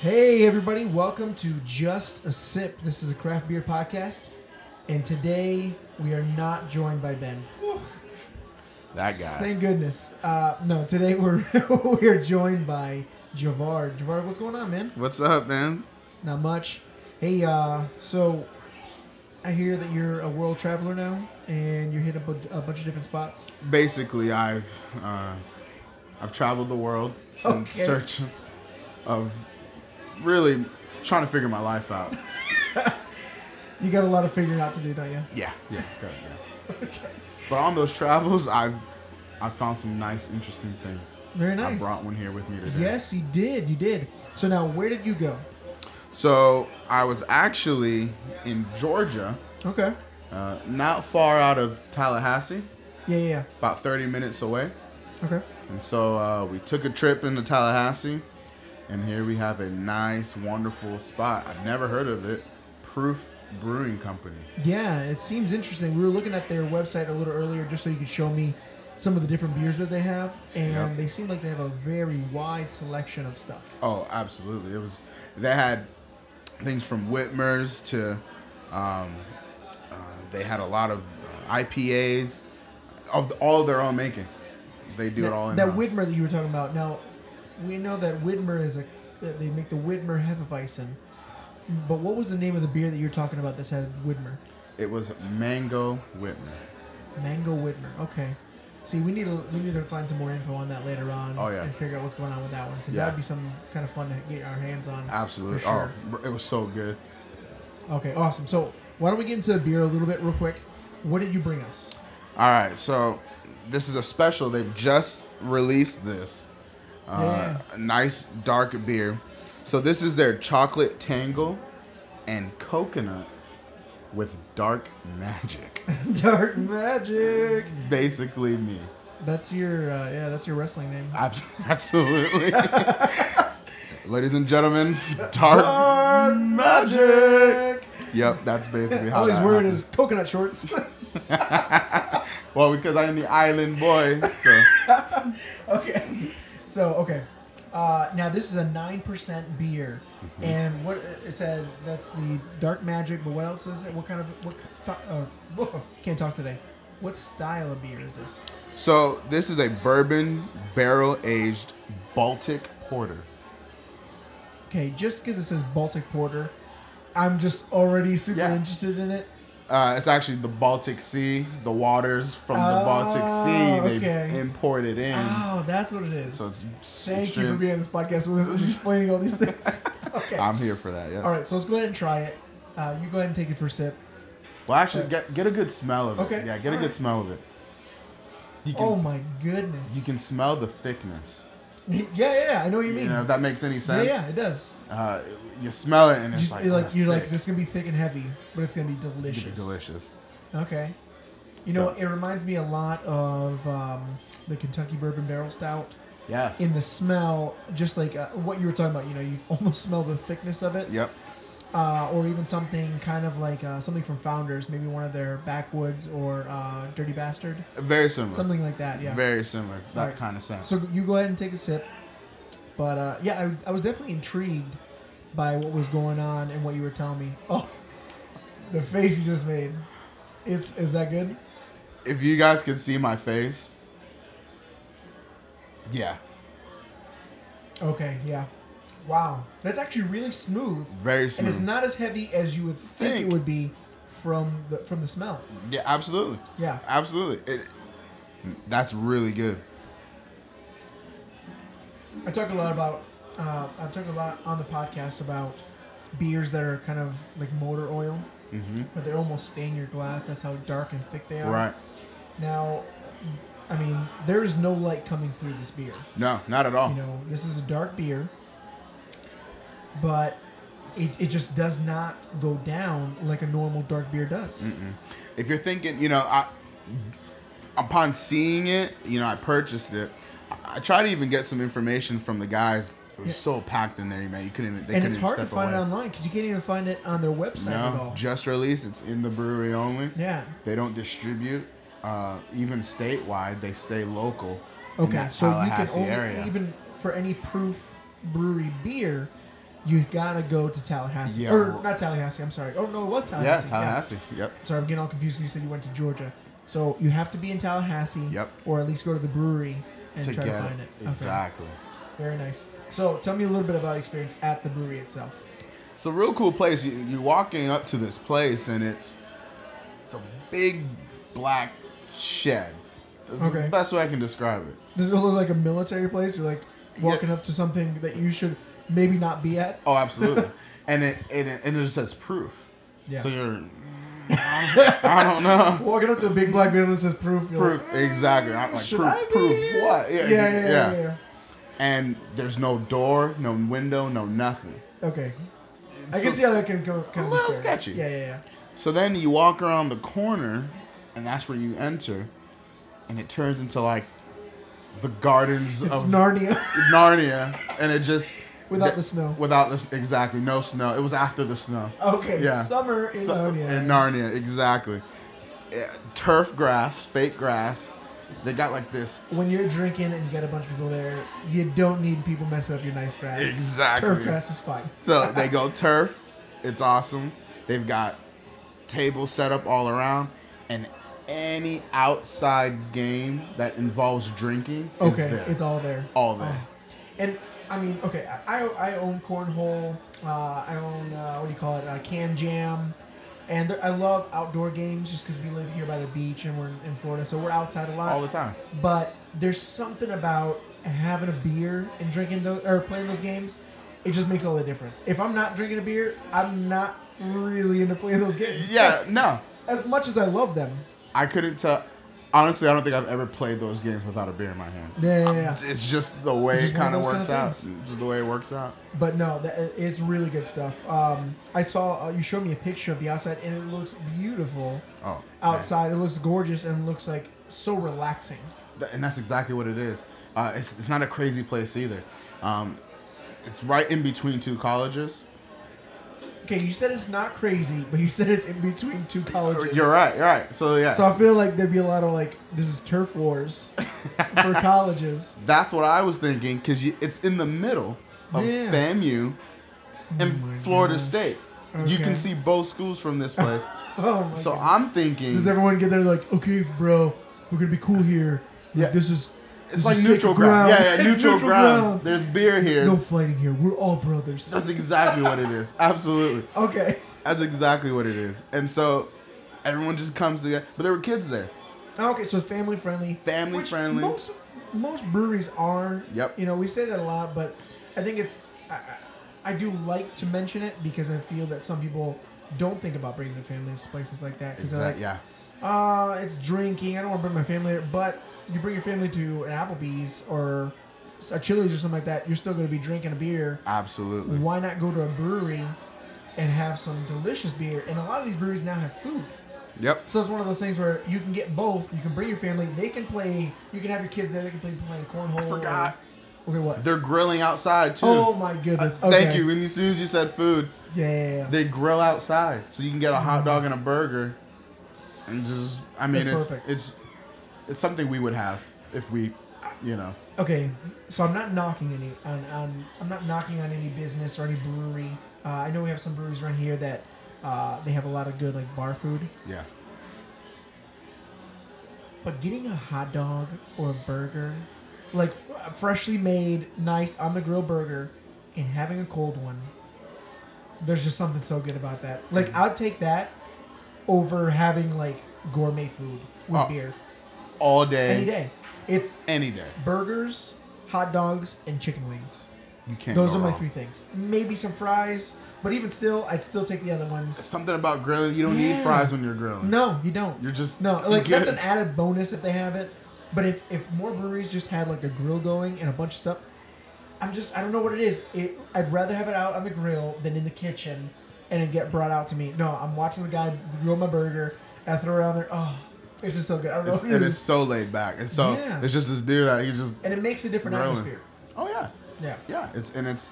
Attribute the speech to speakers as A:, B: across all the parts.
A: Hey, everybody, welcome to Just a Sip. This is a craft beer podcast, and today we are not joined by Ben.
B: That guy.
A: Thank goodness. Uh, no, today we're we are joined by Javar. Javar, what's going on, man?
B: What's up, man?
A: Not much. Hey, uh, so I hear that you're a world traveler now, and you hit a, bu- a bunch of different spots.
B: Basically, I've uh, I've traveled the world in
A: Okay.
B: search of really trying to figure my life out.
A: You got a lot of figuring out to do, don't you?
B: Yeah, yeah, yeah. yeah. But on those travels, I've I found some nice, interesting things.
A: Very nice.
B: I brought one here with me today.
A: Yes, you did. You did. So now, where did you go?
B: So I was actually in Georgia,
A: Okay.
B: uh, not far out of Tallahassee,
A: Yeah, yeah,
B: about 30 minutes away.
A: yeah. Okay.
B: And so uh, we took a trip into Tallahassee, and here we have a nice, wonderful spot. I've never heard of it. Proof Brewing Company.
A: Yeah, it seems interesting. We were looking at their website a little earlier just so you could show me some of the different beers that they have, and
B: Yep.
A: they seem like they have a very wide selection of stuff.
B: Oh, absolutely. It was. They had things from Whitmer's to. Um, uh, they had a lot of uh, IPAs of th- all their own making. They do it all in
A: that Widmer that you were talking about. Now, we know that Widmer is a that they make the Widmer Hefeweizen, but what was the name of the beer that you're talking about that said Widmer?
B: It was Mango Whitmer.
A: Mango Widmer. Okay. See, we need to we need to find some more info on that later on.
B: Oh, yeah.
A: And figure out what's going on with that one because
B: Yeah.
A: that'd be some kind of fun to get our hands on.
B: Absolutely.
A: For sure.
B: Oh, br- it was so good.
A: Okay, awesome. So why don't we get into the beer a little bit real quick? What did you bring us?
B: All right, so this is a special. They've just released this. Uh, a Nice dark beer. So this is their chocolate tangle and coconut with dark magic.
A: Dark Magic.
B: Basically, me.
A: That's your uh, yeah. That's your wrestling name.
B: Abs- Absolutely. Ladies and gentlemen, dark, magic. Yep, that's basically how.
A: All he's
B: that
A: wearing
B: happened.
A: is coconut shorts.
B: well because I'm the island boy. So
A: okay. So okay. Uh, now this is a nine percent beer, and what it said that's the Dark Magic. But what else is it? What kind of what style? Uh, whoa, can't talk today. What style of beer is this?
B: So this is a bourbon barrel aged Baltic porter.
A: Okay, just because it says Baltic Porter, I'm just already super
B: Yeah.
A: interested in it.
B: Uh, it's actually the Baltic Sea, the waters from the Baltic
A: Oh,
B: Sea they
A: okay.
B: imported in.
A: Oh, that's what it is.
B: So it's
A: Thank you for
B: extreme-
A: being on this podcast with us and explaining all these things. Okay.
B: I'm here for that. Yeah.
A: all right, so let's go ahead and try it. Uh, you go ahead and take it for a sip.
B: Well, actually, get get a good smell of it.
A: Okay,
B: Yeah, get
A: all
B: a good
A: right.
B: smell of it. You can
A: oh my goodness.
B: you can smell the thickness.
A: Yeah, yeah, yeah, I know what you mean.
B: You know if that makes any
A: yeah,
B: sense.
A: yeah, it does.
B: Uh, you smell it and
A: You
B: it's
A: just,
B: like,
A: you're
B: "Oh,
A: like
B: that's
A: you're like
B: thick.
A: this is gonna be thick and heavy, but it's gonna be
B: This
A: delicious.
B: is gonna be delicious.
A: Okay. You know,
B: So-
A: it reminds me a lot of um, the Kentucky Bourbon Barrel Stout
B: Yes.
A: in the smell, just like uh, what you were talking about. You know, you almost smell the thickness of it.
B: yep.
A: uh, or even something kind of like uh, something from Founders, maybe one of their Backwoods or uh, Dirty Bastard,
B: Very similar.
A: something like that. Yeah.
B: Very similar. That
A: right.
B: kind of scent.
A: So you go ahead and take a sip. But uh, yeah, I, I was definitely intrigued by what was going on and what you were telling me. Oh, the face you just made. It's is that good?
B: if you guys could see my face, yeah,
A: Okay, yeah. Wow, that's actually really smooth,
B: very smooth.
A: and it's not as heavy as you would think, it
B: Think.
A: would be from the from the smell.
B: yeah, absolutely,
A: Yeah.
B: absolutely. It, that's really good.
A: I talk a lot about. Uh, I talk a lot on the podcast about beers that are kind of like motor oil,
B: Mm-hmm.
A: but they almost stain your glass. That's how dark and thick they are.
B: Right?
A: now, I mean, there is no light coming through this beer.
B: Oh. No, not at all.
A: You know, this is a dark beer, but it, it just does not go down like a normal dark beer does.
B: If you're thinking, you know, I upon seeing it, you know, I purchased it. I, I tried to even get some information from the guys. It was so packed in there, man. You couldn't even. They
A: and
B: couldn't
A: it's
B: even
A: hard to
B: step
A: find it
B: away.
A: online because you can't even find it on their website at
B: No,
A: all.
B: just released. It's in the brewery only.
A: yeah.
B: They don't distribute uh, even statewide. They stay local. in
A: Okay.
B: that
A: So you can
B: Tallahassee
A: only
B: area.
A: even for any proof brewery beer, you gotta go to Tallahassee
B: Yeah,
A: or
B: well-
A: not Tallahassee. I'm sorry. Oh no, it was
B: yeah,
A: Tallahassee.
B: Tallahassee. Yep.
A: Sorry, I'm getting all confused. 'cause You said you went to Georgia, so you have to be in Tallahassee.
B: Yep.
A: Or at least go to the brewery and try to
B: get
A: find it.
B: Exactly.
A: Okay. Very nice. So tell me a little bit about the experience at the brewery itself.
B: It's a real cool place. You, you're walking up to this place, and it's it's a big black shed. That's
A: Okay.
B: The best way I can describe it.
A: Does it look like a military place? You're like walking up to something that you should maybe not be at.
B: Oh, absolutely. and it and it, and it just says proof.
A: Yeah.
B: So you're. I don't know.
A: Walking up to a big black building that says proof. You're
B: Proof.
A: Like,
B: Exactly. I'm like
A: Should
B: proof.
A: I be
B: proof.
A: here?
B: What?
A: yeah, yeah, yeah, yeah, yeah.
B: And there's no door, no window, no nothing.
A: Okay. I
B: So-
A: can see how that can go kind
B: A
A: of
B: little
A: disparate.
B: sketchy.
A: Yeah, yeah, yeah.
B: So then you walk around the corner, and that's where you enter, and it turns into like the gardens
A: It's
B: of
A: Narnia.
B: Narnia, and it just
A: Without the snow. Oh,
B: Without this, exactly no snow. It was after the snow.
A: okay.
B: Yeah.
A: Summer in
B: So-
A: Narnia.
B: In Narnia, exactly. Eh, Turf grass, fake grass. They got like this.
A: when you're drinking and you got a bunch of people there, you don't need people messing up your nice grass.
B: Exactly.
A: Turf grass is fine.
B: So they go turf. It's awesome. They've got tables set up all around, and any outside game that involves drinking is
A: Okay,
B: there.
A: it's all there.
B: All there.
A: Oh. And I mean, okay, I, I I own cornhole. Uh, I own uh, what do you call it? Uh, can jam. And there, I love outdoor games just because we live here by the beach and we're in, in Florida, so we're outside a lot.
B: all the time.
A: but there's something about having a beer and drinking those or playing those games. It just makes all the difference. If I'm not drinking a beer, I'm not really into playing those games.
B: Yeah, no.
A: As much as I love them.
B: I couldn't tell. Honestly, I don't think I've ever played those games without a beer in my hand.
A: Yeah, yeah, yeah.
B: It's just the way
A: It's just
B: it
A: one of
B: kind of
A: those
B: works
A: kinda
B: out.
A: things.
B: Just the way it works out.
A: But no, that, it's really good stuff. Um, I saw uh, you showed me a picture of the outside, and it looks beautiful
B: Oh,
A: outside. It looks gorgeous and looks like so relaxing.
B: Th- and that's exactly what it is. Uh, it's, it's not a crazy place either. Um, it's right in between two colleges.
A: Okay, you said it's not crazy, but you said it's in between two colleges.
B: You're right. You're right. So yeah,
A: So I feel like there'd be a lot of like, this is turf wars for colleges.
B: that's what I was thinking because it's in the middle of
A: Yeah. Oh
B: FAMU and
A: my
B: Florida
A: gosh.
B: State. You
A: Okay.
B: can see both schools from this place.
A: Oh my
B: so
A: God.
B: I'm thinking
A: Does everyone get there like, okay, bro, we're gonna be cool here. Like,
B: Yeah.
A: This is this
B: it's like
A: is
B: neutral
A: sacred
B: ground. Yeah, yeah,
A: It's
B: neutral, grounds.
A: ground.
B: There's beer here.
A: No fighting here. We're all brothers.
B: That's exactly what it is. Absolutely.
A: Okay.
B: That's exactly what it is. And so everyone just comes together. But there were kids there.
A: Okay, so family friendly.
B: Family
A: which
B: friendly.
A: Most most breweries are.
B: Yep.
A: You know, we say that a lot, but I think it's I, I, I do like to mention it because I feel that some people don't think about bringing their families to places like that because
B: Exactly.
A: they're
B: Yeah.
A: like, uh, it's drinking. I don't want to bring my family there, but you bring your family to an Applebee's or a Chili's or something like that, you're still going to be drinking a beer.
B: Absolutely.
A: Why not go to a brewery and have some delicious beer? And a lot of these breweries now have food.
B: Yep.
A: So it's one of those things where you can get both. You can bring your family. They can play. You can have your kids there. They can play playing cornhole.
B: I forgot.
A: Or, okay, what?
B: They're grilling outside too.
A: Oh my goodness.
B: Uh, Thank
A: Okay.
B: you. When you, as soon as you said food,
A: Yeah. yeah, yeah.
B: they grill outside, so you can get a hot dog and a burger, and just I mean
A: That's
B: it's
A: perfect.
B: it's it's something we would have if we, you know.
A: okay. So I'm not knocking any. On, on, I'm not knocking on any business or any brewery. Uh, I know we have some breweries around here that uh, they have a lot of good like bar food.
B: Yeah.
A: But getting a hot dog or a burger, like a freshly made, nice on the grill burger, and having a cold one, there's just something so good about that. Like I'd take that over having like gourmet food with
B: Oh,
A: beer
B: All day.
A: any day. It's
B: Any day.
A: burgers, hot dogs, and chicken wings.
B: You can't.
A: Those
B: go
A: are my
B: wrong.
A: three things. Maybe some fries, but even still, I'd still take the other ones.
B: Something about grilling. You don't
A: Yeah.
B: need fries when you're grilling.
A: No, you don't.
B: You're just
A: No,
B: you
A: like that's
B: get-
A: an added bonus if they have it. But if if more breweries just had like a grill going and a bunch of stuff, I'm just I don't know what it is. It I'd rather have it out on the grill than in the kitchen and it get brought out to me. No, I'm watching the guy grill my burger and I throw it on there. Oh, this is so good. I don't know
B: It's,
A: what
B: it
A: it
B: is
A: is.
B: so laid back, and so
A: Yeah.
B: it's just this dude out. He's just
A: And it makes a different
B: Really?
A: atmosphere.
B: oh yeah,
A: Yeah.
B: yeah. It's and it's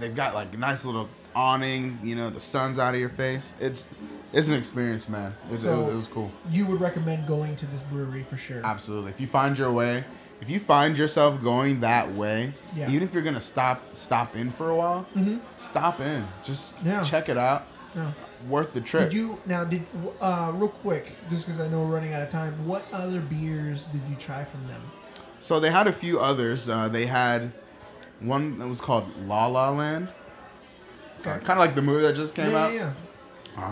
B: they've got like a nice little awning. You know, the sun's out of your face. It's it's an experience, man. It's, it,
A: So-
B: was, it was cool.
A: You would recommend going to this brewery for sure.
B: Absolutely. If you find your way, if you find yourself going that way,
A: Yeah. Mm-hmm.
B: even if you're gonna stop stop in for a while, stop in. Just
A: Yeah.
B: check it out.
A: No.
B: Worth the trip.
A: Did you now? Did uh, real quick, just because I know we're running out of time. What other beers did you try from them?
B: so they had a few others. Uh, they had one that was called La La Land.
A: Okay.
B: kind of like the movie that just came
A: yeah,
B: out.
A: yeah, yeah.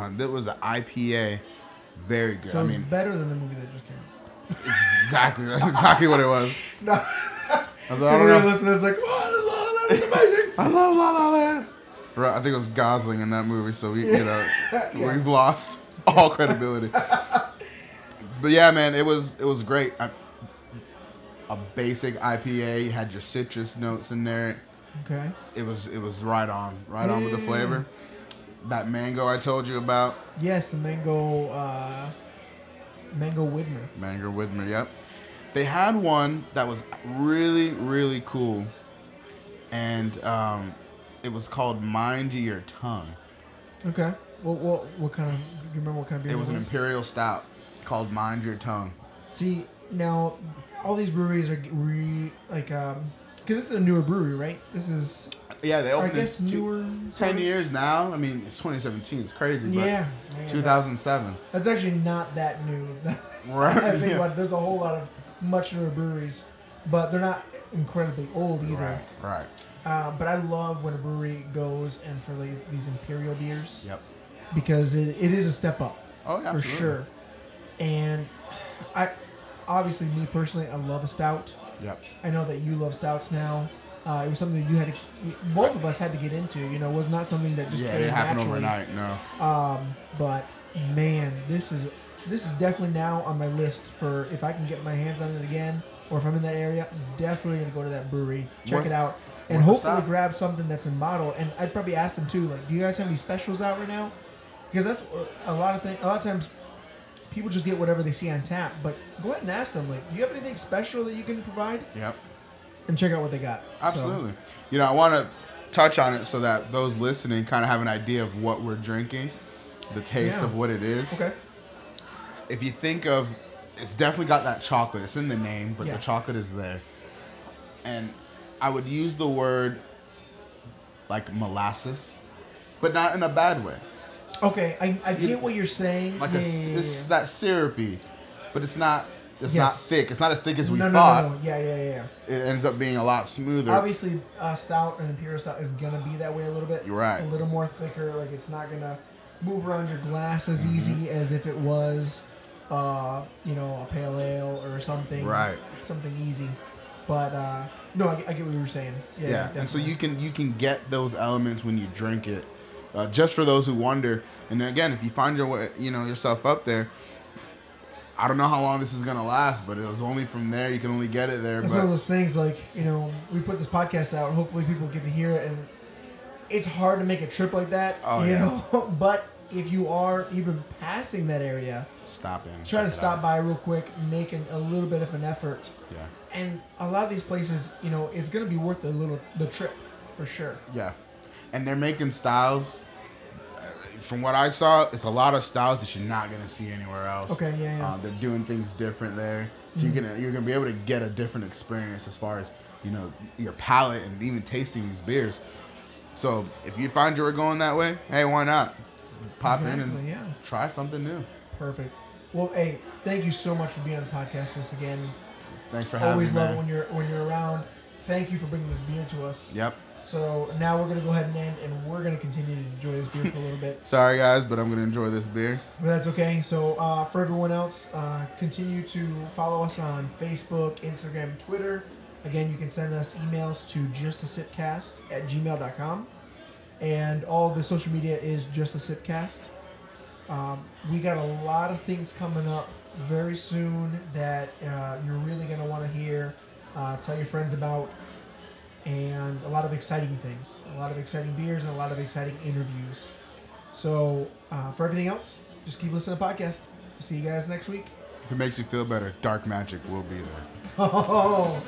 B: Uh, that was an IPA. Very good.
A: So
B: I
A: it was
B: mean,
A: better than the movie that just came out.
B: exactly. That's exactly what it was.
A: No,
B: I, was like, I don't know.
A: listeners like, oh, that was amazing.
B: I love La La Land. Right, I think it was Gosling in that movie, so we, you know, we've lost all credibility. but yeah, man, it was it was great. I, a basic IPA. You had your citrus notes in there.
A: okay.
B: It was it was right on, right on with the
A: Yeah.
B: flavor. That mango I told you about,
A: Yes, the mango, uh, mango Widmer.
B: Mango Widmer, yep. They had one that was really, really cool, and um, it was called Mind Your Tongue.
A: Okay. What what what kind of? Do you remember what kind of beer?
B: It was
A: that
B: an imperial stout called Mind Your Tongue.
A: See now, all these breweries are re like um, because this is a newer brewery, right? This is
B: Yeah, they
A: I
B: opened
A: guess
B: in two-
A: newer. sort
B: 10
A: of?
B: years now. I mean, it's 2017. It's crazy, but
A: Yeah. man,
B: 2007.
A: That's actually not that new.
B: Right,
A: I think
B: yeah.
A: about it, there's a whole lot of much newer breweries, but they're not incredibly old either.
B: Right, right.
A: Uh, but I love when a brewery goes and for like, these imperial beers
B: Yep.
A: because it, it is a step up
B: Oh, yeah,
A: for
B: absolutely.
A: sure. And I obviously me personally I love a stout.
B: Yep.
A: I know that you love stouts now. Uh, it was something that you had to, both of us had to get into. You know, it was not something that just
B: yeah,
A: came
B: it didn't happen
A: naturally.
B: overnight. No.
A: Um, but man, this is this is definitely now on my list for if I can get my hands on it again, or if I'm in that area, I'm definitely gonna go to that brewery, check
B: Worth-
A: it out,
B: worth
A: and
B: a
A: hopefully
B: stop.
A: grab something that's in bottle. And I'd probably ask them too, like, do you guys have any specials out right now? Because that's a lot of things. A lot of times, people just get whatever they see on tap. But go ahead and ask them, like, do you have anything special that you can provide?
B: Yep.
A: And check out what they got. So,
B: Absolutely. You know, I want to touch on it so that those listening kind of have an idea of what we're drinking, the taste
A: Yeah.
B: of what it is.
A: okay.
B: If you think of, it's definitely got that chocolate. It's in the name, but
A: Yeah.
B: the chocolate is there. And I would use the word like molasses, but not in a bad way.
A: Okay, I, I get what you're saying.
B: Like
A: Yeah,
B: a,
A: yeah,
B: s-
A: yeah,
B: it's
A: yeah.
B: that syrupy, but it's not. It's not
A: Yes.
B: thick. It's not as thick as we
A: no, no,
B: thought.
A: no, no. Yeah, yeah, yeah, yeah.
B: It ends up being a lot smoother.
A: Obviously, uh, stout and imperial stout is gonna be that way a little bit.
B: You're right.
A: A little more thicker. Like it's not gonna move around your glass as
B: Mm-hmm.
A: easy as if it was, uh, you know, a pale ale or something.
B: Right.
A: Something easy. But uh, no, I, get- I get what you were saying. Yeah.
B: yeah and so
A: definitely.
B: you can you can get those elements when you drink it uh, just for those who wonder and again if you find your way you know yourself up there i don't know how long this is gonna last but it was only from there you can only get it there
A: That's
B: but
A: one of those things. Like you know, we put this podcast out. Hopefully, people get to hear it. And it's hard to make a trip like that.
B: Oh,
A: you
B: yeah.
A: know, but if you are even passing that area,
B: stop in
A: try
B: check
A: to
B: it
A: stop
B: out.
A: by real quick, make an, a little bit of an effort.
B: yeah
A: And a lot of these places, you know, it's gonna be worth the little the trip for sure.
B: yeah and they're making styles uh, from what i saw it's a lot of styles that you're not gonna see anywhere else
A: Okay, yeah, Mm-hmm. yeah.
B: Uh, they're doing things different there so you're gonna you're gonna be able to get a different experience as far as you know your palate and even tasting these beers so if you find you were going that way hey why not pop in and
A: Exactly, yeah.
B: try something new
A: Perfect. Well, hey, thank you so much for being on the podcast once again.
B: thanks for having
A: Always
B: me
A: love it
B: man.
A: when you're when you're around. Thank you for bringing this beer to us.
B: yep
A: So now we're gonna go ahead and end, and we're gonna continue to enjoy this beer for a little bit.
B: sorry guys but i'm gonna enjoy this beer
A: But that's okay. So uh, for everyone else, uh, continue to follow us on Facebook, Instagram, Twitter. Again, you can send us emails to just a sipcast at gmail.com. And all the social media is just a sipcast. Um, we got a lot of things coming up very soon that uh, you're really going to want to hear. Uh, tell your friends about. and a lot of exciting things, a lot of exciting beers, and a lot of exciting interviews. So uh, for everything else, just keep listening to the podcast. See you guys next week.
B: If it makes you feel better, dark magic will be there.
A: Oh.